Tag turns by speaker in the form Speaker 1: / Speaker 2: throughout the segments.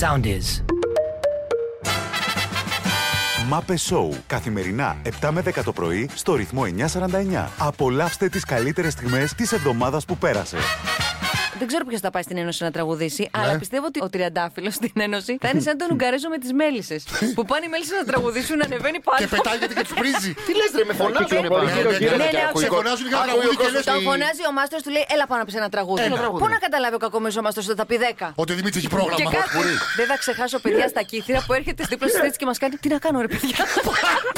Speaker 1: Sound is.
Speaker 2: Μάπε Σόου. Καθημερινά 7 με 10 το πρωί στο ρυθμό 949. Απολαύστε τις καλύτερες στιγμές της εβδομάδας που πέρασε.
Speaker 3: Δεν ξέρω ποιος θα πάει στην Ένωση να τραγουδήσει,
Speaker 4: Ναι.
Speaker 3: αλλά πιστεύω ότι ο τριαντάφυλλος στην Ένωση θα είναι σαν τον Ουγγαρέζο με τις μέλισσες. που πάνε οι μέλισσες να τραγουδήσουν, ανεβαίνει πάνω.
Speaker 5: Και πετάγεται και τους πρίζει.
Speaker 4: Τι λες ρε, με φωνάζουν ρε
Speaker 5: κυκλοφορεί
Speaker 4: πάλι.
Speaker 5: γύρω- γύρω-
Speaker 3: Ναι, ναι,
Speaker 5: σε φωνάζουν για τραγούδι και λες,
Speaker 3: Τον φωνάζει ο μάστρο, του λέει: Έλα πάνω να πει ένα τραγούδι.
Speaker 5: Ένα.
Speaker 3: Πού να καταλάβει ο κακομοίρης ο μάστρο ότι θα πει 10.
Speaker 5: Ότι ο Δημήτρης έχει
Speaker 3: Και
Speaker 5: πρόγραμμα.
Speaker 3: κάτι. Δεν θα ξεχάσω παιδιά στα κύθρα που έρχεται δίπλα στη θέση και μας κάνει Τι να κάνω, ρε παιδιά.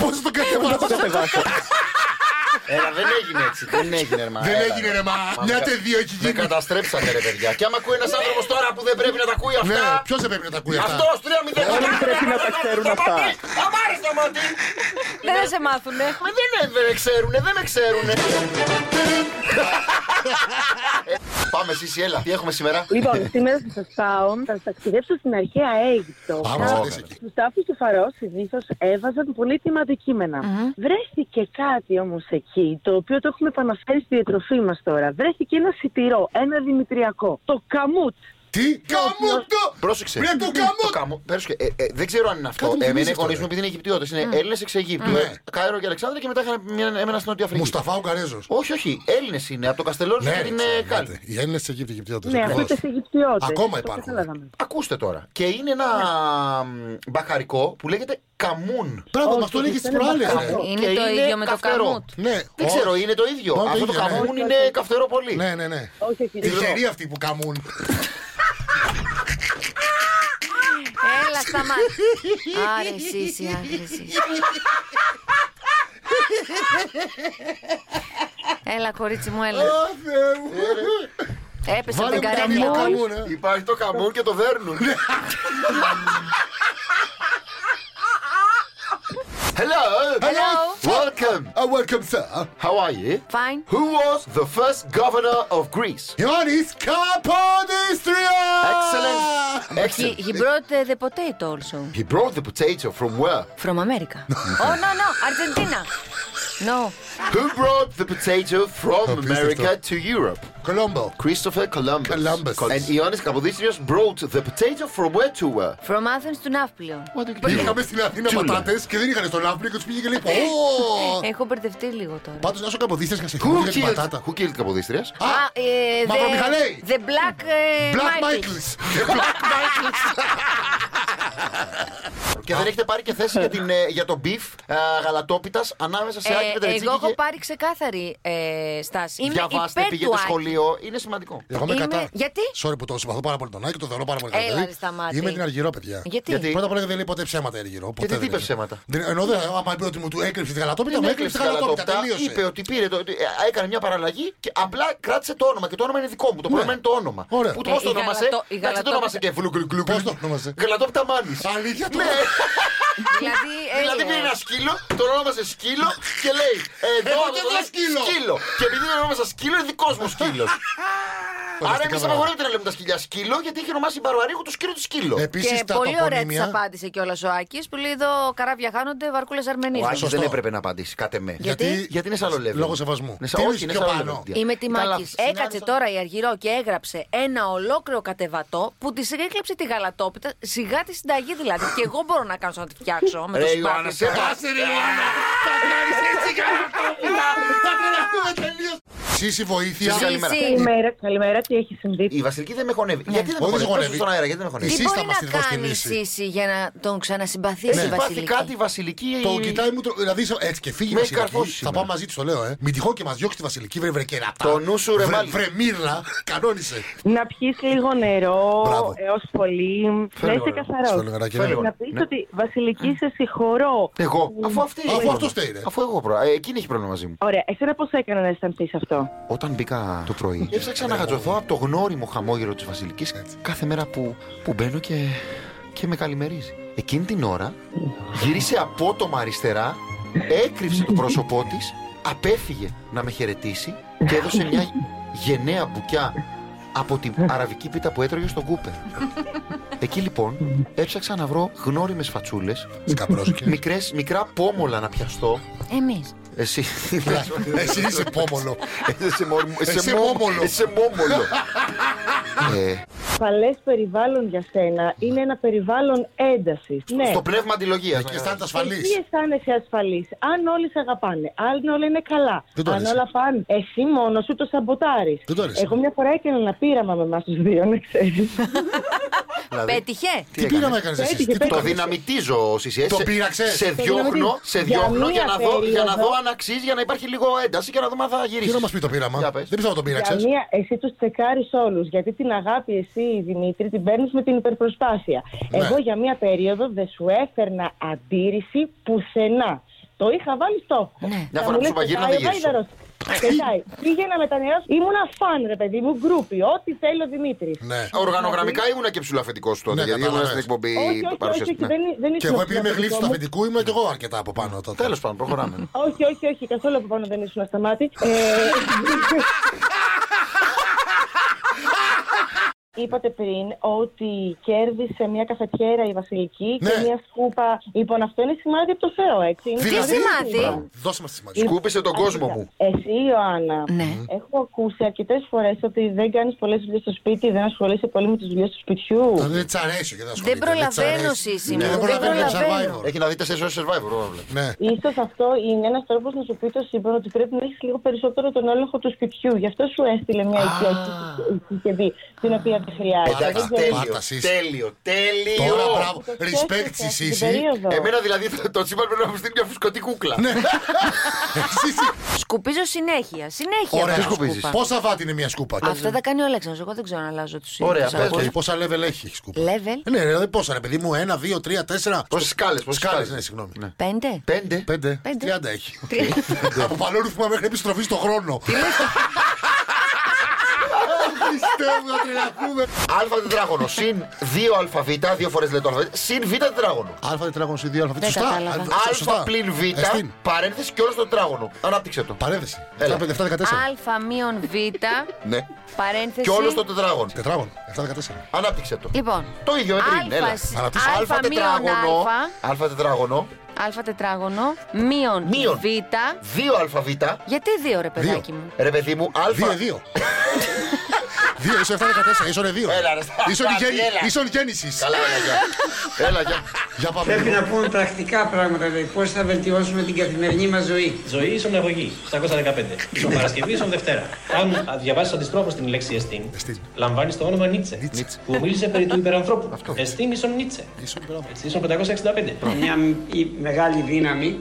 Speaker 5: Πώ τον κατεβάζω.
Speaker 4: Έλα, δεν έγινε έτσι. Δεν έγινε, ρε, μα.
Speaker 5: Δεν
Speaker 4: έλα,
Speaker 5: έγινε, ρε, μα. Μια
Speaker 4: κα-
Speaker 5: τε δύο έχει
Speaker 4: Με
Speaker 5: γίνει.
Speaker 4: καταστρέψατε, ρε παιδιά. Και άμα ακούει ένας άνθρωπος τώρα που δεν πρέπει να τα ακούει
Speaker 5: Ναι,
Speaker 4: αυτά.
Speaker 5: ποιος δεν πρέπει να τα ακούει αυτά.
Speaker 4: Αυτός 3-0.
Speaker 6: Όλοι πρέπει να τα ξέρουν αυτά.
Speaker 4: Θα πάρει τα μάτι.
Speaker 3: Δεν θα σε μάθουνε.
Speaker 4: Μα δεν ε, δεν με ξέρουνε, δεν με ξέρουνε. Πάμε εσύ, έλα. Τι έχουμε σήμερα.
Speaker 7: Λοιπόν, σήμερα θα σας πάω, θα σας ταξιδέψω στην αρχαία Αίγυπτο.
Speaker 5: Άμα μας αφήσει εκεί.
Speaker 7: Τους τάφους του Φαρό συνήθως έβαζαν πολύτιμα αντικείμενα. Βρέθηκε κάτι όμως εκεί, το οποίο το έχουμε επαναφέρει στη διατροφή μας τώρα. Βρέθηκε ένα σιτηρό, ένα δημητριακό. Το καμούτ.
Speaker 5: Τι καμούτο!
Speaker 4: Πρόσεξε.
Speaker 5: Ρε, το καμούτο!
Speaker 4: Το καμό- Πρόσεξε. Ε, ε, δεν ξέρω αν είναι αυτό.
Speaker 5: Κάτι μου θυμίζει
Speaker 4: Εμένα οι
Speaker 5: αυτό,
Speaker 4: γονεί
Speaker 5: ρε.
Speaker 4: μου επειδή είναι Αιγυπτιώτες. Είναι Έλληνες εξ Αιγύπτου.
Speaker 5: Ναι.
Speaker 4: ε, Κάιρο και Αλεξάνδρεια και μετά είχαν μια- έμενα στην Νότια Αφρική.
Speaker 5: Μουσταφά ο Καρέζος.
Speaker 4: Όχι, όχι. Έλληνες είναι. Από το Καστελόριζο
Speaker 5: Ναι,
Speaker 4: και την ε, Κάλπη.
Speaker 5: Οι Έλληνες σε Αιγύπτιο Αιγυπτιώτες.
Speaker 7: Ναι, αυτό ήταν σε Αιγυπτιώτες.
Speaker 5: Ακόμα υπάρχουν.
Speaker 4: Ακούστε τώρα. Και είναι ένα μ, μπακαρικό που λέγεται καμούν.
Speaker 5: Πράγμα,
Speaker 7: Όχι,
Speaker 5: μα το έλεγε τι
Speaker 7: ήταν
Speaker 5: προάλλε.
Speaker 4: μπακαλιάρο.
Speaker 3: Είναι
Speaker 4: Και
Speaker 3: το
Speaker 4: είναι
Speaker 3: ίδιο με το
Speaker 4: καυτερό.
Speaker 3: καμούτ.
Speaker 5: Ναι,
Speaker 4: Δεν
Speaker 5: όχι.
Speaker 4: ξέρω, είναι το ίδιο.
Speaker 5: Μα, το
Speaker 4: Αυτό το
Speaker 5: ίδιο, ναι.
Speaker 4: καμούν είναι καυτερό πολύ.
Speaker 5: Ναι, ναι, ναι.
Speaker 7: Όχι, όχι.
Speaker 5: Τη
Speaker 7: δεν-
Speaker 5: χερή αυτή που καμούν.
Speaker 3: Έλα, σταμάτα. Άρε, εσύ, εσύ, άρε, εσύ. Έλα, κορίτσι μου, έλα. Έπεσε από
Speaker 5: Βάλε
Speaker 3: την
Speaker 5: μου καμούν,
Speaker 3: καρέκλα.
Speaker 5: καμούν. ε.
Speaker 4: Υπάρχει το καμούν και το δέρνουν. Hello.
Speaker 5: Hello.
Speaker 4: Welcome.
Speaker 5: Uh, Welcome, sir.
Speaker 4: How are you?
Speaker 3: Fine.
Speaker 4: Who was the first governor of Greece?
Speaker 5: Ioannis Kapodistria!
Speaker 4: Excellent.
Speaker 3: He,
Speaker 4: Excellent.
Speaker 3: he brought uh, the potato also
Speaker 4: He brought the potato from where?
Speaker 3: from America. oh, no, no, Argentina. No.
Speaker 4: Who brought the potato from
Speaker 5: Απίστευτο.
Speaker 4: America to Europe?
Speaker 5: Colombo.
Speaker 4: Christopher Columbus.
Speaker 5: Columbus.
Speaker 4: And Ioannis Kapodistrias brought the potato from where to where?
Speaker 3: From Athens to Ναύπλιο.
Speaker 5: Πήγαμε στην Αθήνα
Speaker 4: Τσούλα.
Speaker 5: πατάτες και δεν είχαν στον Αύριο και τους πήγε και λέει. Oh!
Speaker 3: Έχω μπερδευτεί λίγο τώρα.
Speaker 5: Πάντως να σου καποδίστε και σε
Speaker 4: Who
Speaker 5: για την
Speaker 4: killed,
Speaker 5: πατάτα.
Speaker 4: who killed Kapodistrias?
Speaker 5: Α,
Speaker 3: Α, ε,
Speaker 5: Μαυρομιχαλέη.
Speaker 3: the, the Black, ε,
Speaker 5: Black
Speaker 3: Michael.
Speaker 5: Michaels.
Speaker 4: Και δεν έχετε πάρει και θέση για, την, ε, για το beef ε, γαλατόπιτας ανάμεσα σε Άκη
Speaker 3: Ε,
Speaker 4: Πετρατσίκη
Speaker 3: εγώ έχω
Speaker 4: και...
Speaker 3: πάρει ξεκάθαρη ε, στάση. Είμαι
Speaker 4: Διαβάστε,
Speaker 3: υπέρ
Speaker 4: πήγαινε
Speaker 3: του
Speaker 4: στο
Speaker 3: Άκη.
Speaker 4: σχολείο. Είναι σημαντικό.
Speaker 5: Εγώ είμαι
Speaker 3: Είμαι-
Speaker 5: κατά.
Speaker 3: Γιατί?
Speaker 5: Sorry που το συμπαθώ πάρα πολύ τον Άκη, το θεωρώ πάρα πολύ
Speaker 3: Έλα,
Speaker 5: καλό παιδί.
Speaker 3: ρε, σταμάτη.
Speaker 5: Είμαι την Αργυρό, παιδιά.
Speaker 3: Γιατί?
Speaker 4: Γιατί?
Speaker 5: Πρώτα απ' όλα δεν λέει ποτέ ψέματα η Αργυρό. ποτέ
Speaker 4: τι
Speaker 5: δεν
Speaker 4: είπες
Speaker 5: λέει.
Speaker 4: ψέματα?
Speaker 5: Δεν, ενώ δεν, άμα είπε ότι μου του έκλεψε τη γαλατόπιτα, μου
Speaker 4: Ναι,
Speaker 5: έκλεψε τη γαλατόπιτα. Τελείωσε.
Speaker 4: Είπε ότι πήρε το, ότι, ε, έκανε μια παραλλαγή και απλά κράτησε το όνομα. Και το όνομα είναι δικό μου. Το πρόβλημα είναι το όνομα.
Speaker 5: Ναι. Ωραία.
Speaker 4: Που
Speaker 3: Ε,
Speaker 4: πώ το
Speaker 3: η
Speaker 4: όνομασε.
Speaker 3: γαλατό- η
Speaker 4: Εντάξει, δεν το
Speaker 3: γαλατόπιτα-
Speaker 4: όνομασε και φλουκλουκλουκλου.
Speaker 5: Πώς το όνομασε?
Speaker 4: Γαλατόπιτα μάνης.
Speaker 5: Αλήθεια του.
Speaker 4: Ναι.
Speaker 3: Δηλαδή, ε,
Speaker 4: Δηλαδή πήρε ένα σκύλο, το ονόμασε σκύλο και λέει ε, Εδώ
Speaker 5: Εγώ
Speaker 4: θα
Speaker 5: δεν
Speaker 4: το
Speaker 5: λέω
Speaker 4: δω
Speaker 5: σκύλο.
Speaker 4: Και επειδή δεν ονόμασα σκύλο, είναι δικός μου σκύλος. Άρα
Speaker 5: Φανταστικά
Speaker 4: εμεί
Speaker 5: πράγματα.
Speaker 4: απαγορεύεται να λέμε τα σκυλιά σκύλο, γιατί έχει ονομάσει η Μπαρβαρίγου το σκύλο του σκύλο.
Speaker 5: Επίσης
Speaker 3: Και
Speaker 5: τα
Speaker 3: πολύ ωραία τη
Speaker 5: τοπονύμια.
Speaker 3: απάντησε κιόλας ο Άκης που λέει εδώ καράβια χάνονται, βαρκούλες
Speaker 4: Ο
Speaker 3: Αρμενίου.
Speaker 4: Άκης
Speaker 5: Σωστό.
Speaker 4: δεν έπρεπε να απαντήσει, κάτε με.
Speaker 3: Γιατί?
Speaker 4: Γιατί είναι σαν λεβέντι.
Speaker 5: Λόγω σεβασμού.
Speaker 4: Είναι σαν
Speaker 5: Τι
Speaker 4: όχι,
Speaker 5: είσαι
Speaker 4: είναι
Speaker 5: πιο
Speaker 4: σαν
Speaker 5: πάνω.
Speaker 4: λεβέντι.
Speaker 3: Είμαι τη
Speaker 4: Ήταν
Speaker 3: Μάκη.
Speaker 4: λάθος.
Speaker 3: Έκατσε
Speaker 4: Είναι
Speaker 3: τώρα η Αργυρό και έγραψε ένα ολόκληρο κατεβατό που τη έκλεψε τη γαλατόπιτα σιγά τη συνταγή δηλαδή. και εγώ μπορώ να κάνω σαν να τη φτιάξω με το
Speaker 4: Ρε Ιωάννα,
Speaker 3: σπάθι. Ε,
Speaker 4: σε πάσε ρε Ιωάννα.
Speaker 5: Σύση βοήθεια.
Speaker 4: Σύση, καλημέρα.
Speaker 3: Σύση.
Speaker 7: Καλημέρα, καλημέρα, τι έχει συμβεί.
Speaker 4: Η Βασιλική δεν με χωνεύει. Γιατί δεν με
Speaker 5: Ναι. Όχι, δεν
Speaker 4: χωνεύει. Δώσ'
Speaker 5: χωνεύει.
Speaker 4: του στον αέρα, γιατί δεν με χωνεύει.
Speaker 5: Εσύ
Speaker 3: Τι
Speaker 5: θα
Speaker 3: μπορεί
Speaker 5: μας τη
Speaker 3: να
Speaker 5: δώσεις τη
Speaker 3: κάνει η
Speaker 5: λύση.
Speaker 3: Σύση για να τον ξανασυμπαθήσει η
Speaker 4: Έχει πάθει
Speaker 3: Βασιλική.
Speaker 4: Ναι. κάτι η Βασιλική.
Speaker 5: Το κοιτάει μου το. Δηλαδή σε- έτσι και φύγει η
Speaker 4: Με έχει
Speaker 5: Βασιλική.
Speaker 4: καρφώσεις
Speaker 5: Θα
Speaker 4: σήμερα.
Speaker 5: πάω μαζί της, το λέω, ε. Μην τυχόν και μας διώξει τη Βασιλική, βρε βρε κερατά.
Speaker 4: Το νου σου, ρε,
Speaker 5: Βρε-
Speaker 4: μάλι.
Speaker 5: Βρε μύρλα, κανόνισε.
Speaker 7: Να πιεις λίγο νερό
Speaker 5: Μπράβο.
Speaker 7: έως πολύ.
Speaker 4: Φέρε
Speaker 7: Να
Speaker 4: λίγο
Speaker 7: είσαι
Speaker 4: νερό.
Speaker 5: Στο
Speaker 7: καθαρό.
Speaker 5: λιγαράκι,
Speaker 4: Φέρε
Speaker 5: ναι.
Speaker 4: λίγο.
Speaker 7: Να πεις
Speaker 4: Ναι.
Speaker 7: ότι Βασιλική, σε συγχωρώ.
Speaker 4: Εγώ, αφού αυτή.
Speaker 5: Αφού αυτός τα είναι.
Speaker 4: Αφού εγώ πρώτα. Εκείνη έχει πρόβλημα μαζί μου.
Speaker 7: Ωραία, εσένα πώς έκανε να αισθανθείς αυτό.
Speaker 4: Όταν μπήκα το πρωί, έψαξα να γατζωθώ από το γνώριμο χαμόγελο της Βασιλικής κάθε μέρα που, που μπαίνω και, και με καλημερίζει. Εκείνη την ώρα γύρισε απότομα αριστερά, έκρυψε το πρόσωπό της, απέφυγε να με χαιρετήσει και έδωσε μια γενναία μπουκιά από την αραβική πίτα που έτρωγε στον Κούπερ. Εκεί λοιπόν έψαξα να βρω γνώριμες φατσούλες,
Speaker 5: Σκαμπρόζικες.
Speaker 4: μικρές, μικρά πόμολα να πιαστώ.
Speaker 3: Εμείς.
Speaker 4: Εσύ, δηλαδή.
Speaker 5: Εσύ είσαι πόμολο.
Speaker 4: Ese, mor- ese
Speaker 5: Ese
Speaker 4: mom-
Speaker 5: mómolo. Ε.
Speaker 4: Ese mómolo. Eh,
Speaker 7: ασφαλέ περιβάλλον για σένα είναι ένα περιβάλλον έντασης. Ναι.
Speaker 4: Ε, Στο πνεύμα αντιλογίας.
Speaker 5: Και αισθάνεται ασφαλή.
Speaker 7: Εσύ αισθάνεσαι ασφαλής. Αν όλοι σε αγαπάνε, αν όλα είναι καλά,
Speaker 5: Δεν το
Speaker 7: αν
Speaker 5: άρεσε.
Speaker 7: όλα πάνε, εσύ μόνος σου το σαμποτάρεις.
Speaker 5: Δεν το άρεσε.
Speaker 7: Εγώ μια φορά έκανα ένα πείραμα με εμάς τους δύο, να ξέρει.
Speaker 3: Πέτυχε.
Speaker 5: Τι πείραμα έκανες εσύ.
Speaker 7: Πέτυχε,
Speaker 5: Τι
Speaker 4: δηλαδή, Το
Speaker 7: πέτυχε.
Speaker 4: δυναμητίζω, Σισιέ.
Speaker 5: Το
Speaker 4: Σε-
Speaker 5: πείραξες.
Speaker 4: Σε
Speaker 7: Το
Speaker 4: διώχνω,
Speaker 7: δυναμητίζω.
Speaker 4: σε
Speaker 7: Για
Speaker 4: διώχνω για
Speaker 7: μία
Speaker 4: να δω, για να δω
Speaker 7: περίοδο-
Speaker 4: αν αξίζει, για να υπάρχει λίγο ένταση και να δούμε αν θα
Speaker 5: Τι να
Speaker 4: γυρίσει.
Speaker 5: μας πει το πείραμα.
Speaker 4: Για
Speaker 5: Δεν
Speaker 4: πες.
Speaker 5: πιστεύω να το πείραξε.
Speaker 7: Για μία, εσύ τους τσεκάρεις όλους. Γιατί την αγάπη εσύ, Δημήτρη, την παίρνεις με την υπερπροσπάθεια.
Speaker 5: Ναι.
Speaker 7: Εγώ για μία περίοδο δεν σου έφερνα αντίρρηση πουθενά. Το είχα βάλει στόχο. Ναι.
Speaker 4: Μια φορά που σου παγύρνα, δεν γύρισα.
Speaker 7: Πετάει. Πήγαινα με τα νερά σου. Ήμουνα φαν, ρε παιδί μου, γκρούπι. Ό,τι θέλει ο Δημήτρης.
Speaker 5: Ναι.
Speaker 4: Οργανογραμμικά ήμουν και ψηλό αφεντικός τότε,
Speaker 5: Ναι,
Speaker 4: γιατί ήμουν
Speaker 5: κατάλαβες.
Speaker 4: στην εκπομπή Ναι.
Speaker 7: όχι, όχι, όχι,
Speaker 4: παρουσιαστή.
Speaker 7: όχι, δεν, εί- δεν
Speaker 5: Και
Speaker 7: ήσουν
Speaker 5: εγώ
Speaker 7: ο
Speaker 5: επειδή είμαι γλύψη
Speaker 7: φιλαθρικό
Speaker 5: του
Speaker 7: μου.
Speaker 5: αφεντικού, ήμουν και εγώ αρκετά από πάνω τότε.
Speaker 4: Τέλος πάντων,
Speaker 5: Ναι.
Speaker 4: προχωράμε.
Speaker 7: Όχι, όχι, όχι, καθόλου από πάνω δεν ήσουν σταμάτη. Ε, Είπατε πριν ότι κέρδισε μια καφετιέρα η Βασιλική και
Speaker 5: Ναι.
Speaker 7: μια σκούπα. Λοιπόν, αυτό είναι σημάδι από το Θεό, έτσι. Είναι
Speaker 5: Δηλαδή,
Speaker 3: Τι σημάδι.
Speaker 5: Δώσε μας τη σημασία.
Speaker 4: Σκούπισε τον κόσμο μου.
Speaker 7: Εσύ, Ιωάννα,
Speaker 3: Ναι.
Speaker 7: έχω ακούσει αρκετές φορές ότι δεν κάνεις πολλές δουλειές στο σπίτι, δεν ασχολείσαι πολύ με τις δουλειές του σπιτιού.
Speaker 5: Θα Δεν τσαρέσει και δεν ασχολείται.
Speaker 3: προλαβαίνω,
Speaker 5: τσαρέσει.
Speaker 3: Σύση
Speaker 5: Ναι,
Speaker 3: μου,
Speaker 5: Δεν
Speaker 3: δεν
Speaker 5: προλαβαίνω για
Speaker 3: προλαβαίνω.
Speaker 5: survivor.
Speaker 4: Έχει να δείτε σε ζωή survivor. όλα βλέπω.
Speaker 5: Ναι.
Speaker 7: Ίσως αυτό είναι ένας τρόπος να σου πει το σύμπαν ότι πρέπει να έχεις λίγο περισσότερο τον έλεγχο του σπιτιού. Γι' αυτό σου έστειλε μια οικιακή την οποία δεν χρειάζεται.
Speaker 4: Εντάξει,
Speaker 7: Δεν
Speaker 5: Πάτα,
Speaker 7: ξέρω.
Speaker 4: τέλειο,
Speaker 5: πάτα, Σύση.
Speaker 4: τέλειο, τέλειο.
Speaker 5: Τώρα μπράβο.
Speaker 7: Το
Speaker 5: Respect
Speaker 7: σκέφτεσαι
Speaker 5: στη
Speaker 7: αυτή την
Speaker 5: Σύση.
Speaker 7: περίοδο.
Speaker 4: Εμένα δηλαδή το- το τσίπα πρέπει να μου στείλει μια φουσκωτή κούκλα.
Speaker 5: Ναι. Σύση.
Speaker 3: Σκουπίζω συνέχεια. Συνέχεια.
Speaker 5: Ωραία.
Speaker 3: βάζω
Speaker 4: σκουπίζεις.
Speaker 3: σκούπα.
Speaker 5: Πόσα βάτη είναι μια σκούπα.
Speaker 3: Αυτά τα κάνει ο Αλέξανδρος. Εγώ δεν ξέρω να αλλάζω τους
Speaker 4: Ωραία, πες,
Speaker 5: Πόσα- Πόσα level έχει η σκούπα.
Speaker 3: Level
Speaker 5: Ε, Ναι, ρε, δηλαδή πόσα ρε παιδί μου, ένα, δύο, τρία, τέσσερα.
Speaker 4: Πόσες σκάλες, πόσες
Speaker 5: Σκάλες, ναι,
Speaker 4: σκάλε.
Speaker 5: συγγνώμη.
Speaker 3: πέντε.
Speaker 4: Πέντε.
Speaker 5: Πέντε.
Speaker 3: Πέντε.
Speaker 5: Τριάντα έχει. Από παλαιόρυθμα μέχρι επιστροφή στον χρόνο. Πιστεύω να τρελαθούμε.
Speaker 4: Α τετράγωνο συν 2 αλφαβήτα, δύο φορές λέει το αλφαβήτα, συν β τετράγωνο.
Speaker 5: Α τετράγωνο συν δύο αλφαβήτα.
Speaker 3: Δεν
Speaker 5: Σωστά.
Speaker 3: κατάλαβα.
Speaker 5: Α, σωστά.
Speaker 4: Α πλην β,
Speaker 5: Ε, στην.
Speaker 4: παρένθεση και όλο στο τετράγωνο. Ανάπτυξε το.
Speaker 5: Παρένθεση.
Speaker 4: Έλα.
Speaker 5: 7, 7, 14.
Speaker 3: Α μείον Β.
Speaker 4: Ναι.
Speaker 3: Παρένθεση.
Speaker 4: Και όλο στο τετράγωνο.
Speaker 5: Τετράγωνο. 7, 14.
Speaker 4: Ανάπτυξε το.
Speaker 3: Λοιπόν.
Speaker 4: Το ίδιο
Speaker 3: Αλφα
Speaker 4: έτρι. Έλα.
Speaker 3: συ-
Speaker 4: Ανάπτυξε.
Speaker 3: αλφα
Speaker 4: Α τετράγωνο.
Speaker 3: μείον
Speaker 4: Α τετράγωνο.
Speaker 3: Α τετράγωνο. Μείον,
Speaker 4: Μείον.
Speaker 3: Β.
Speaker 4: 2 αλφαβήτα.
Speaker 3: Γιατί δύο ρε παιδάκι
Speaker 5: Δύο.
Speaker 3: μου.
Speaker 4: Ρε παιδί μου, α.
Speaker 5: 2, 2. Δύο, είσαι 7, 14, ίσον 2.
Speaker 4: Έλα, ρε,
Speaker 5: Ίσον η γέννη-
Speaker 4: έλα.
Speaker 5: Ίσον η γέννησης.
Speaker 4: Καλά, έλα γεια. Έλα γεια.
Speaker 5: Για
Speaker 1: Πρέπει
Speaker 5: πάμε. λοιπόν.
Speaker 1: να πούμε πρακτικά πράγματα, δηλαδή πώς θα βελτιώσουμε την καθημερινή μας ζωή.
Speaker 8: Ζωή ίσον αγωγή, 715. Ίσον Παρασκευή, ίσον Δευτέρα. Αν διαβάσεις αντιστρόφω την λέξη Εστίν,
Speaker 5: Εστίν.
Speaker 8: λαμβάνεις το όνομα Νίτσε,
Speaker 5: Νίτσε.
Speaker 8: που μίλησε περί του υπερανθρώπου. Εστίν ίσον Νίτσε.
Speaker 5: Ίσον υπεράνθρωπο.
Speaker 8: Έτσι, ίσον 565.
Speaker 1: Μια μ- η- μεγάλη δύναμη.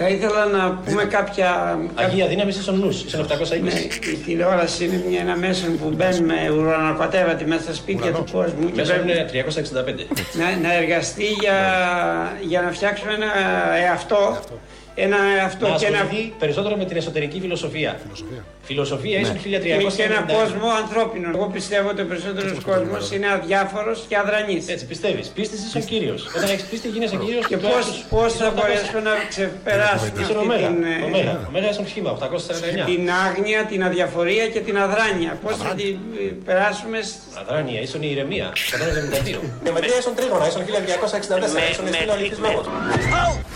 Speaker 1: Θα ήθελα να πούμε
Speaker 8: Ναι.
Speaker 1: κάποια... κάποια-
Speaker 8: Αγία δύναμη ίσον νους, ίσον 720.
Speaker 1: Ναι, η τηλεόραση είναι μια, ένα μέσο που μπαίνουμε ουρανοκατέβατη μέσα στα σπίτια του κόσμου και
Speaker 8: Μέσα
Speaker 1: πρέπει
Speaker 8: είναι 365.
Speaker 1: να, να εργαστεί για,
Speaker 8: Ναι.
Speaker 1: για να φτιάξουμε ένα εαυτό, ένα εαυτό
Speaker 8: Να
Speaker 1: και ένα,
Speaker 8: ασχοληθεί περισσότερο με την εσωτερική φιλοσοφία. Φιλοσοφία ίσον
Speaker 1: Ναι. και- και ένα
Speaker 8: 1300.
Speaker 1: κόσμο ανθρώπινο. Εγώ πιστεύω ότι ο περισσότερος κόσμος είναι αδιάφορος και αδρανής.
Speaker 8: Έτσι πιστεύεις. Πίστης ίσον κύριος. Όταν έχεις πίστη, γίνεσαι κύριος
Speaker 1: Και πώς, πώς θα μπορέσουμε να ξεπεράσουμε
Speaker 8: Ίσον
Speaker 1: αυτή
Speaker 8: ωμέγα.
Speaker 1: την, ε,
Speaker 8: Ωμέγα. Ωμέγα ίσον χήμα, 849.
Speaker 1: την άγνοια, την αδιαφορία και την αδράνεια. Πώς θα την ε, περάσουμε σ-
Speaker 8: Αδράνεια, ίσον η ηρεμία. 172. Νεομετρία Ναι, ίσον τρίγωνα, ίσον 1264. Ίσον εστήλο αληθισμένο.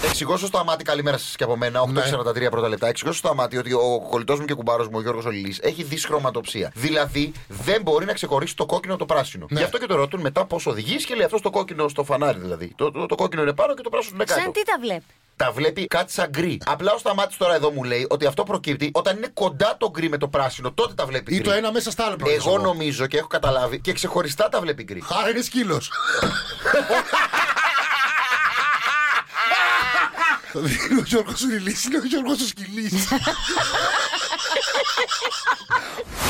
Speaker 4: Εξηγώ στο σταμάτη, καλημέρα σας και από μένα.
Speaker 5: Ναι.
Speaker 4: 8.43 πρώτα λεπτά. Εξηγώ στο σταμάτη ότι ο κολλητός μου και κουμπάρος μου, ο Γιώργος Ολυλής, έχει δυσχρωματοψία. Δηλαδή δεν μπορεί να ξεχωρίσει το κόκκινο από το πράσινο.
Speaker 5: Ναι.
Speaker 4: Γι' αυτό και το ρωτούν μετά πώς οδηγείς και λέει αυτός το κόκκινο στο φανάρι δηλαδή. Το, το, το κόκκινο είναι πάνω και το πράσινο είναι Ε, κάτω.
Speaker 3: Σαν τι τα βλέπει.
Speaker 4: Τα βλέπει κάτι σαν γκρι. Απλά ο σταμάτης τώρα εδώ μου λέει ότι αυτό προκύπτει όταν είναι κοντά το γκρι με το πράσινο, τότε τα βλέπει.
Speaker 5: Ή
Speaker 4: γκρι.
Speaker 5: το ένα μέσα στα άλλα προορίζω
Speaker 4: Εγώ νομίζω και έχω καταλάβει και ξεχωριστά τα βλέπει γκρι.
Speaker 5: Άρα είναι σκύλος. Δεν είναι ο Γιώργος Ρηλή, είναι ο Γιώργο Σκυλή.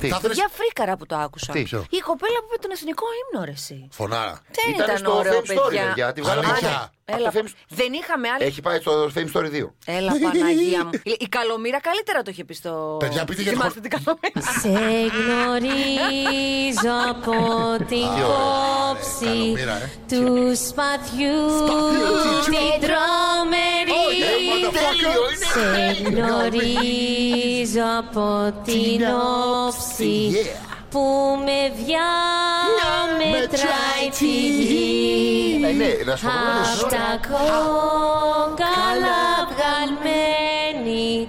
Speaker 5: Θα ήθελες-
Speaker 3: Για φρίκαρα που το άκουσα.
Speaker 4: Τι,
Speaker 5: ποιο?
Speaker 3: Η κοπέλα που είπε τον εθνικό ύμνο, ρε, εσύ.
Speaker 5: Φωνάρα.
Speaker 3: Δεν
Speaker 4: Ήταν
Speaker 3: ήταν,
Speaker 4: στο
Speaker 3: ωραίο,
Speaker 4: Fame Story,
Speaker 3: παιδιά.
Speaker 4: παιδιά, τη βγάλαμε
Speaker 3: Άρα,
Speaker 5: πια.
Speaker 3: Έλα,
Speaker 4: Από το Fame-
Speaker 3: δεν είχαμε άλλη.
Speaker 4: Έχει πάει στο Fame Story 2.
Speaker 3: Έλα, Παναγία μου. Η Καλομήρα καλύτερα το είχε πει στο.
Speaker 5: Παιδιά, πείτε για το
Speaker 3: Θυμάστε
Speaker 5: χρο-
Speaker 3: την Καλομήρα.
Speaker 9: Σε γνωρίζω από την κόψη
Speaker 5: Καλομήρα, ε.
Speaker 9: του σπαθιού την τρομερή. Σε γνωρίζω από την όψη που με διάμετράει τη γη.
Speaker 4: Ναι, ναι, να σου πω ένα
Speaker 9: Απ'
Speaker 4: ζώο.
Speaker 9: τα κόκαλα βγαλμένη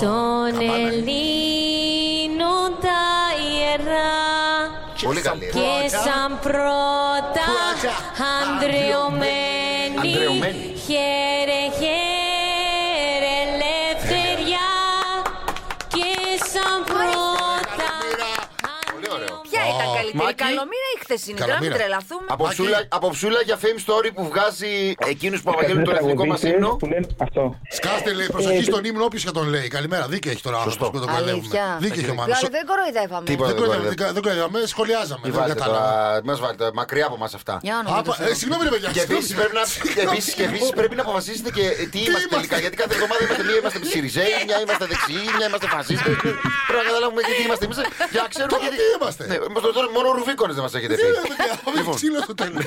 Speaker 9: των Ελλήνων τα ιερά
Speaker 4: Πολύ
Speaker 9: και σαν πρώτα
Speaker 4: Πρώτα,
Speaker 9: αντρεωμένη
Speaker 4: Αντρεωμένη.
Speaker 9: χαίρε χαίρε ελευθεριά και σαν πρώτα
Speaker 4: Πολύ ωραίο.
Speaker 3: Ποια ήταν καλύτερη,
Speaker 4: Μάκη.
Speaker 3: καλομήρα ή χθεσινή, τώρα μην
Speaker 5: Καλομήρα.
Speaker 3: τρελαθούμε.
Speaker 4: Από
Speaker 5: Μάκη.
Speaker 4: ψούλα, από ψούλα για fame story που βγάζει εκείνους που
Speaker 6: Καλούς
Speaker 4: απαγγέλνουν τον εθνικό μα
Speaker 6: τραγουδίστες
Speaker 4: ύμνο.
Speaker 6: που λένε αυτό.
Speaker 5: Σκάστε λέει,
Speaker 1: Ε,
Speaker 5: προσοχή στον ύμνο όποιος και τον λέει. Καλημέρα, δίκαιο έχει τώρα άνθρωπο που τον
Speaker 3: Αλήθεια.
Speaker 5: παλεύουμε. Δίκαιο έχει ο Μάνος.
Speaker 3: Δηλαδή δεν κοροϊδεύαμε.
Speaker 4: Τίποτα.
Speaker 5: Δεν
Speaker 4: Δεν
Speaker 5: κοροϊδεύαμε,
Speaker 4: κοροϊδεύαμε.
Speaker 5: δεν κοροϊδεύαμε, σχολιάζαμε.
Speaker 4: Μη
Speaker 5: Δεν
Speaker 4: βάζετε
Speaker 5: κατάλαβα.
Speaker 4: τώρα, μη μας βάλετε μακριά από μας αυτά.
Speaker 3: Για να
Speaker 5: Α,
Speaker 3: μην το
Speaker 5: πα- ε,
Speaker 3: φέρω.
Speaker 5: Συγγνώμη, ρε παιδιά.
Speaker 4: Και επίσης πρέπει, να- και επίσης- και επίσης πρέπει να αποφασίσετε και τι είμαστε
Speaker 5: είμαστε.
Speaker 4: τελικά. Γιατί κάθε εβδομάδα είμαστε μία είμαστε Σιριζέοι, μια είμαστε δεξιοί, μια είμαστε φασίστες. Πρέπει να καταλάβουμε και τι είμαστε εμείς. Για να ξέρουμε
Speaker 5: Τώρα
Speaker 4: και
Speaker 5: τι είμαστε.
Speaker 4: Ναι, είμαστε τώρα μόνο ρουβίκονες δεν μας
Speaker 5: Ε,
Speaker 4: έχετε πει. Λοιπόν.
Speaker 5: Ξύλο στο τέλος.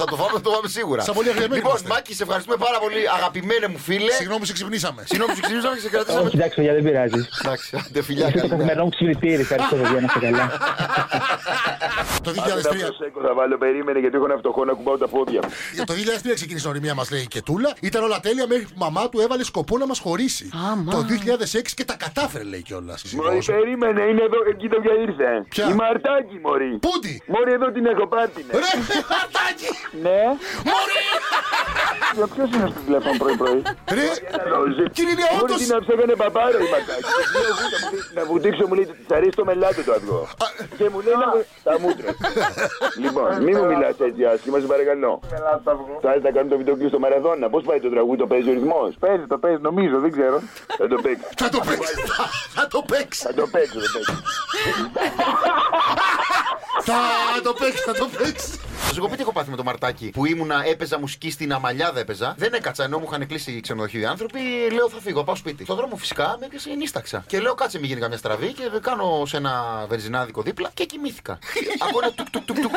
Speaker 4: θα το φάμε, θα το φάμε σίγουρα.
Speaker 5: Σαν πολύ αγριεμένοι
Speaker 4: Λοιπόν,
Speaker 5: είμαστε.
Speaker 4: Μάκη, σε ευχαριστούμε πάρα πολύ, αγαπημένε μου φίλε.
Speaker 5: Συγγνώμη που σε ξυπνήσαμε.
Speaker 4: Συγγνώμη που σε ξυπνήσαμε και σε κρατήσαμε.
Speaker 6: Όχι, εντάξει, παιδιά, δεν πειράζει.
Speaker 4: Εντάξει, άντε φιλιά,
Speaker 6: Ευχαριστώ το
Speaker 4: καλή μέρα.
Speaker 6: καθημερινό μου ξυπνητήρι. Ευχαριστώ, παιδιά, να είστε καλά.
Speaker 5: Το 2003,
Speaker 10: Άντε να προσέχω, θα βάλω, περίμενε γιατί έχω ένα φτωχό να κουμπάω τα πόδια. μου.
Speaker 5: το 2003 ξεκίνησε η ορειμία μας, λέει η Κετούλα. Ήταν όλα τέλεια μέχρι που η μαμά του έβαλε σκοπό να μας χωρίσει. Το 2006 και τα κατάφερε, λέει κιόλας.
Speaker 10: Μωρή, περίμενε, είναι εδώ, εκεί το πια ήρθε.
Speaker 5: Ποια?
Speaker 10: ε. Η Μαρτάκη, μωρή.
Speaker 5: Πούντι!
Speaker 10: Μωρή, εδώ την έχω πάτηνε.
Speaker 5: Ρε, χαρτάκι!
Speaker 10: Ναι. Μωρή! Ποιος είναι στο τηλέφωνο πρωί-πρωί.
Speaker 5: Ρε, Κύριε, είναι
Speaker 10: Μωρή,
Speaker 5: όντως-
Speaker 10: τι να ψέγανε μπαμπάρο η Μαρτάκη. Λέω, «Βούτα, μου λέει, Να βουτήξω, μου λέει, της αρέσει το μελάτε το αυγό. Και μου λέει, να μου- τα μούτρα. Λοιπόν, μη μου μιλάς έτσι άσχημα, σε παρακαλώ. Θα έρθει να κάνουμε το βιντεοκλειο στο Μαραδόνα. Πώς πάει το τραγούδι, το παίζει ο ρυθμός. Παίζει, το παίζει, νομίζω, δεν ξέρω. Θα το παίξεις.
Speaker 5: θα το παίξεις. Θα το παίξεις.
Speaker 10: Θα το παίξω, το παίξω.
Speaker 5: Θα το παίξεις, θα το παίξεις.
Speaker 4: Θα σου πω τι έχω πάθει με το μαρτάκι που ήμουνα, έπαιζα μουσική στην αμαλιάδα έπαιζα. Δεν έκατσα ενώ μου είχαν κλείσει ξενοδοχείο οι άνθρωποι. Λέω θα φύγω, πάω σπίτι. Στον δρόμο φυσικά με έπιασε η νύσταξα. Και λέω κάτσε μην γίνει καμιά στραβή και κάνω σε ένα βενζινάδικο δίπλα και κοιμήθηκα. από ένα τουκ τουκ τουκ τουκ.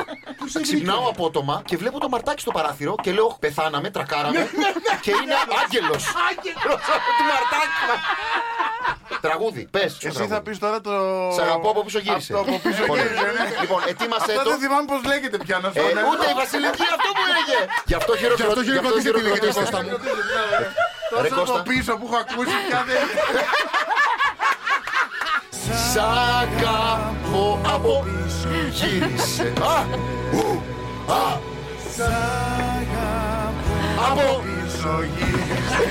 Speaker 4: Ξυπνάω απότομα και βλέπω το μαρτάκι στο παράθυρο και λέω πεθάναμε, τρακάραμε. και είναι άγγελος. του μαρτάκι. μας. Τραγούδι, πες.
Speaker 11: Εσύ θα πεις τώρα το.
Speaker 4: Σ' αγαπώ από πίσω γύρισε.
Speaker 11: Αυτό από πίσω
Speaker 4: Πολύ.
Speaker 11: γύρισε, ναι.
Speaker 4: Λοιπόν, ετοίμασέ
Speaker 11: Αυτό
Speaker 4: το.
Speaker 11: δεν θυμάμαι πώς λέγεται πια να σου
Speaker 4: Ε,
Speaker 11: πω. ναι.
Speaker 4: ούτε η Βασιλική αυτό που έλεγε. Γι' αυτό
Speaker 5: Γι' αυτό χειροκροτήστε τη λέγεται Κώστα μου.
Speaker 4: Ρε
Speaker 11: Τόσο
Speaker 4: Κώστα.
Speaker 11: από πίσω που έχω ακούσει πια δεν.
Speaker 4: Σ' αγαπώ από γύρισε. Α, ου, α, από
Speaker 11: Πίσω γύρισε.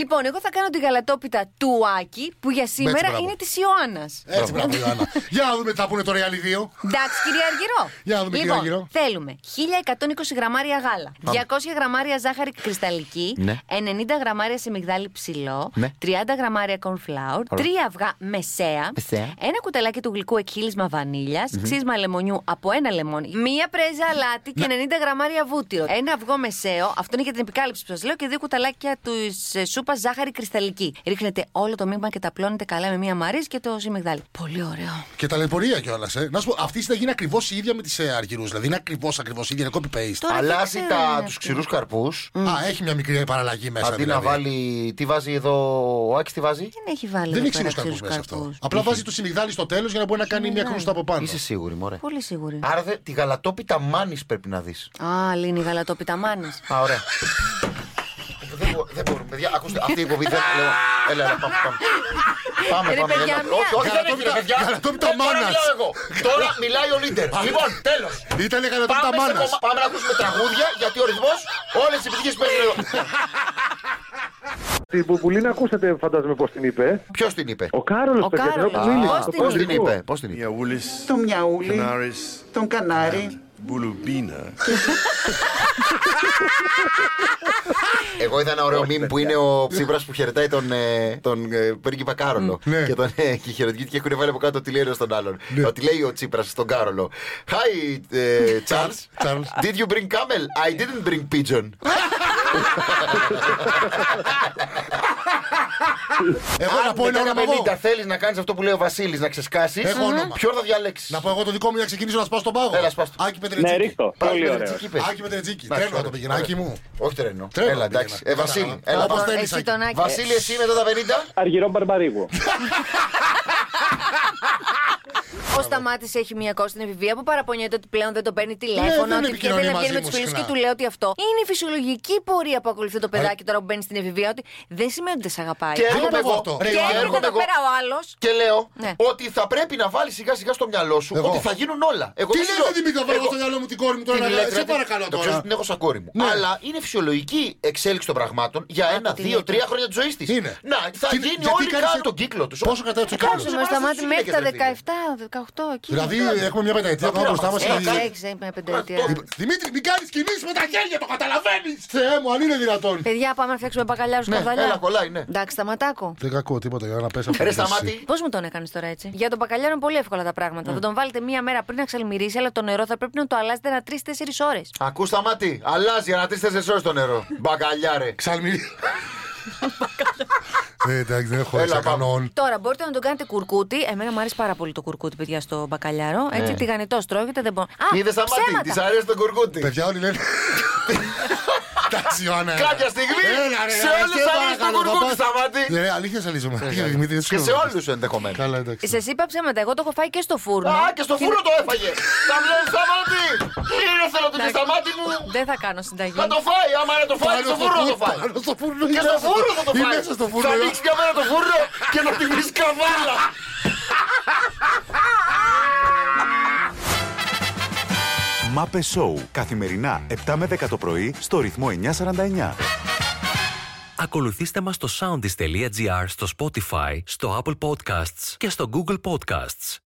Speaker 3: Λοιπόν, εγώ θα κάνω τη γαλατόπιτα του Άκη που για σήμερα
Speaker 5: μπράβο.
Speaker 3: είναι της Ιωάννας.
Speaker 5: Έτσι, μπράβο, Ιωάννα. Για να δούμε τι θα πούνε τώρα οι άλλοι δύο.
Speaker 3: Εντάξει, κυρία Αργυρό.
Speaker 5: Για να δούμε, κυρία
Speaker 3: λοιπόν,
Speaker 5: Αργυρό.
Speaker 3: Θέλουμε 1120 γραμμάρια γάλα, 200 γραμμάρια ζάχαρη κρυσταλλική,
Speaker 4: Ναι.
Speaker 3: 90 γραμμάρια σε μυγδάλι ψηλό,
Speaker 4: Ναι.
Speaker 3: 30 γραμμάρια corn flour, 3 αυγά μεσαία,
Speaker 4: Μεσαία.
Speaker 3: ένα κουταλάκι του γλυκού εκχύλισμα βανίλιας, ξύσμα λεμονιού από ένα λεμόνι, μία πρέζα αλάτι
Speaker 5: Ναι.
Speaker 3: και 90 γραμμάρια βούτυρο, ένα αυγό μεσαίο, αυτό είναι για την επικάλυψη που σας λέω, και δύο κουταλάκια τη σούπα ζάχαρη κρυσταλλική. Ρίχνετε όλο το μείγμα και τα πλώνετε καλά με μία μαρίζ και το σιμιγδάλι. Πολύ ωραίο.
Speaker 5: Και ταλαιπωρία κιόλας. Ε. Να σου πω, αυτή η συνταγή είναι ακριβώς η ίδια με τις αργυρούς. Δηλαδή είναι ακριβώς ακριβώς η ίδια, είναι copy paste.
Speaker 3: Τώρα
Speaker 4: Αλλάζει
Speaker 5: Ε.
Speaker 3: δεν ξέρω,
Speaker 4: τα,
Speaker 3: ναι.
Speaker 4: τους ξηρούς καρπούς
Speaker 5: Α, έχει μια μικρή παραλλαγή μέσα.
Speaker 4: Αντί να
Speaker 5: δηλαδή.
Speaker 4: βάλει, τι βάζει εδώ ο Άκης, τι βάζει
Speaker 3: Δεν έχει βάλει.
Speaker 5: Δεν
Speaker 3: εδώ
Speaker 5: έχει ξύλου
Speaker 3: πέρα
Speaker 5: καρπού
Speaker 3: ξύλους
Speaker 5: μέσα αυτό.
Speaker 3: καρπούς.
Speaker 5: Απλά βάζει το συνηγδάλι στο τέλος για να μπορεί να κάνει μια κρούστα από πάνω.
Speaker 4: Είσαι σίγουρη μωρέ
Speaker 3: Πολύ σίγουρη.
Speaker 4: Άρα δε, τη γαλατόπιτα μάνης πρέπει να δεις
Speaker 3: Α, λύνει η γαλατόπιτα μάνης.
Speaker 4: Α, ωραία. δεν, μπο- δεν μπορούμε, παιδιά. Ακούστε, αυτή η εκπομπή δεν. Λέω, έλα, έλα, πάμε. πάμε. Πάμε,
Speaker 3: Ρε,
Speaker 4: πάμε.
Speaker 3: παιδιά,
Speaker 4: έλα.
Speaker 3: μια-
Speaker 4: Όχι, όχι, δεν έγινε, παιδιά.
Speaker 5: γαλατόπιτα
Speaker 4: Ε, Τώρα
Speaker 5: μάνας.
Speaker 4: μιλάω εγώ. Τώρα μιλάει ο Λίντερ. Λοιπόν, τέλος.
Speaker 5: Ήταν γαλατόπιτα μάνας.
Speaker 4: Πάμε να ακούσουμε τραγούδια, γιατί ο ρυθμός, όλες οι επιτυχίες παίζουν εδώ.
Speaker 10: Την Μπουμπουλίνα ακούσατε, φαντάζομαι πώς την είπε.
Speaker 4: Ποιος την είπε.
Speaker 10: Ο Κάρολος,
Speaker 3: Ο Κάρολος. Πώς την
Speaker 4: Πώ
Speaker 3: είπε.
Speaker 4: την είπε, πώς την είπε.
Speaker 11: Μιαούλη,
Speaker 6: Το μιαούλι,
Speaker 11: Κανάρη,
Speaker 6: τον κανάρι.
Speaker 11: Μπουλουμπίνα.
Speaker 4: Εγώ είδα ένα ωραίο μήνυμα που είναι ο Ψίπρα που χαιρετάει τον, ε, τον ε, πρίγκιπα Κάρολο.
Speaker 5: Ναι.
Speaker 4: Και τον ε, και χαιρετιέται και έχουν βάλει από κάτω το τηλέριο στον άλλον. Ότι λέει ο Τσίπρας στον Κάρολο. Hi, ε, Charles.
Speaker 5: Charles.
Speaker 4: Did you bring camel? I didn't bring pigeon.
Speaker 5: Εγώ να πω ένα όνομα εγώ.
Speaker 4: θέλεις να κάνεις αυτό που λέει ο Βασίλης, να ξεσκάσεις.
Speaker 5: Έχω όνομα.
Speaker 4: Ποιον θα διαλέξεις.
Speaker 5: Να πω εγώ το δικό μου για να ξεκινήσω να σπάω στον πάγο.
Speaker 4: Έλα, σπάς το.
Speaker 5: Άκη
Speaker 6: Ναι,
Speaker 5: Πετρετζίκη.
Speaker 6: ρίχτω. Πολύ ωραίο.
Speaker 5: Άκη Πετρετζίκη. Τρένο να το πήγαινα. Άκη μου.
Speaker 4: Ε, Όχι τρένο.
Speaker 5: Τρένο
Speaker 4: Έλα,
Speaker 5: να το
Speaker 4: εντάξει.
Speaker 5: πήγαινα.
Speaker 4: Ε, Βασίλη.
Speaker 5: Κατάλαβα.
Speaker 4: Έλα,
Speaker 5: Όπως
Speaker 4: πάμε.
Speaker 5: θέλεις,
Speaker 3: Εσύ
Speaker 5: Άκη.
Speaker 3: τον Άκη.
Speaker 4: Βασίλη, εσύ μετά τα 50.
Speaker 6: Αργυρό μπαρμπαρίγο.
Speaker 3: Ο Σταμάτη έχει μία κόψη στην επιβία που παραπονιέται ότι πλέον δεν το παίρνει τηλέφωνο,
Speaker 5: δεν
Speaker 3: ότι δεν
Speaker 5: επικοινωνεί
Speaker 3: βγαίνει
Speaker 5: μαζί
Speaker 3: με
Speaker 5: μου
Speaker 3: του φίλου
Speaker 5: συχνά.
Speaker 3: και του λέω ότι αυτό είναι η φυσιολογική πορεία που ακολουθεί το παιδάκι τώρα που μπαίνει στην επιβία. Ότι δεν σημαίνει ότι δεν σε αγαπάει.
Speaker 4: Και έρχομαι
Speaker 3: Έλα
Speaker 4: εγώ.
Speaker 3: εδώ.
Speaker 4: Ρε,
Speaker 3: Και
Speaker 4: και
Speaker 3: έρχεται
Speaker 4: έρχομαι
Speaker 3: εδώ
Speaker 4: εγώ.
Speaker 3: πέρα ο άλλος.
Speaker 4: Και λέω
Speaker 3: Ναι.
Speaker 4: ότι θα πρέπει να βάλει σιγά σιγά στο μυαλό σου
Speaker 5: Εγώ.
Speaker 4: ότι θα γίνουν όλα. Εγώ
Speaker 5: Τι
Speaker 4: δεν σου
Speaker 5: λέτε
Speaker 4: λέω-
Speaker 5: Δημήτρη, θα βάλω
Speaker 4: εγώ-
Speaker 5: στο μυαλό μου την κόρη μου τώρα.
Speaker 4: Την
Speaker 5: να-
Speaker 4: λέτε,
Speaker 5: Σε
Speaker 4: ρε,
Speaker 5: παρακαλώ
Speaker 4: Το ξέρω
Speaker 5: τώρα.
Speaker 4: ότι την έχω σαν κόρη μου.
Speaker 5: Ναι.
Speaker 4: Αλλά είναι φυσιολογική εξέλιξη των πραγμάτων για ένα,
Speaker 3: τι
Speaker 4: δύο,
Speaker 3: λέτε.
Speaker 4: τρία χρόνια της ζωής της.
Speaker 5: Είναι.
Speaker 4: Να, θα
Speaker 5: Τι-
Speaker 4: γίνει
Speaker 5: γιατί
Speaker 4: όλοι
Speaker 5: κάνεις-
Speaker 4: κάτω τον κύκλο τους.
Speaker 5: Πόσο κρατάει τους
Speaker 4: Κάτσε
Speaker 5: κύκλους?
Speaker 3: Μα
Speaker 4: να
Speaker 3: σταμάτη
Speaker 4: στις
Speaker 3: μέχρι τα
Speaker 4: γυναίκες, ρε,
Speaker 3: 17, 18 εκεί.
Speaker 5: Δηλαδή
Speaker 3: αυτό.
Speaker 5: έχουμε μια πενταετία ακόμα μπροστά μας.
Speaker 4: Ε,
Speaker 3: Έξι, έξι, είμαι πενταετία.
Speaker 5: Δημήτρη, μην κάνεις κινήσεις με τα χέρια, το καταλαβαίνεις! Θεέ μου, αν είναι δυνατόν.
Speaker 3: Παιδιά, πάμε να φτιάξουμε μπακαλιάρους
Speaker 4: Ναι,
Speaker 3: καρδαλιά.
Speaker 4: έλα, κολλάει, ναι.
Speaker 3: Εντάξει, σταματάκο.
Speaker 5: Δεν κακό τίποτα για να πέσει
Speaker 4: Ρε σταμάτη.
Speaker 3: Πώς μου τον έκανες τώρα έτσι. Για τον μπακαλιάρο είναι πολύ εύκολα τα πράγματα.
Speaker 4: Ναι.
Speaker 3: Θα τον βάλετε μία μέρα πριν να ξαλμυρίσει, αλλά το νερό θα πρέπει να το αλλάζετε ένα τρει-τέσσερι ώρες.
Speaker 4: Ακού σταμάτη. Αλλάζει για να τρει τέσσερι ώρες το νερό. Μπακαλιάρε.
Speaker 5: Ξαλμυρί. Ε, Εντάξει, δεν έχω
Speaker 4: Έλα,
Speaker 5: έτσι
Speaker 4: πάμε.
Speaker 5: κανόν.
Speaker 3: Τώρα μπορείτε να τον κάνετε κουρκούτι. Εμένα μου αρέσει πάρα πολύ το κουρκούτι, παιδιά, στο μπακαλιάρο.
Speaker 4: Ναι.
Speaker 3: Έτσι, τηγανιτό τρώγεται, δεν μπορώ. Α,
Speaker 4: Είδες σταμάτη.
Speaker 3: ψέματα.
Speaker 4: Της αρέσει το κουρκούτι.
Speaker 5: Παιδιά, όλοι λένε. Εντάξει, Ιωάννα. έλα.
Speaker 4: Κάποια στιγμή,
Speaker 5: Έλα, ρε,
Speaker 4: σε
Speaker 5: έλα,
Speaker 4: όλους
Speaker 5: σε
Speaker 4: θα λύσει το
Speaker 5: παρακαλώ,
Speaker 4: κουρκούτι,
Speaker 5: θα πας.
Speaker 4: Σταμάτη.
Speaker 5: Ρε, αλήθεια σε λύσουμε. Αλήθεια, Δημήτρη, δεν
Speaker 4: Ε, Και
Speaker 5: σου
Speaker 4: σε
Speaker 5: λέω.
Speaker 4: όλου ενδεχομένω.
Speaker 5: Καλά, εντάξει.
Speaker 3: Σε είπα ψέματα. Εγώ το έχω φάει και στο φούρνο.
Speaker 5: Ναι.
Speaker 4: Α, και στο φούρνο το έφαγε. Θα μου λες, σταμάτη. Είναι θέλω το σταμάτη μου.
Speaker 3: Δεν θα κάνω συνταγή.
Speaker 4: Θα το φάει, άμα είναι το φάει, στο φούρνο το φάει.
Speaker 5: Πάνω στο φούρνο.
Speaker 4: Και στο φούρνο θα το
Speaker 5: Ή
Speaker 4: φάει.
Speaker 5: μέσα στο φούρνο.
Speaker 4: Θα ανοίξει μια μέρα το φούρνο και να τη βρεις καβάλα.
Speaker 2: Μάπε Σόου. Καθημερινά 7 με 10 το πρωί στο ρυθμό 949.
Speaker 12: Ακολουθήστε μας στο soundis.gr, στο Spotify, στο Apple Podcasts και στο Google Podcasts.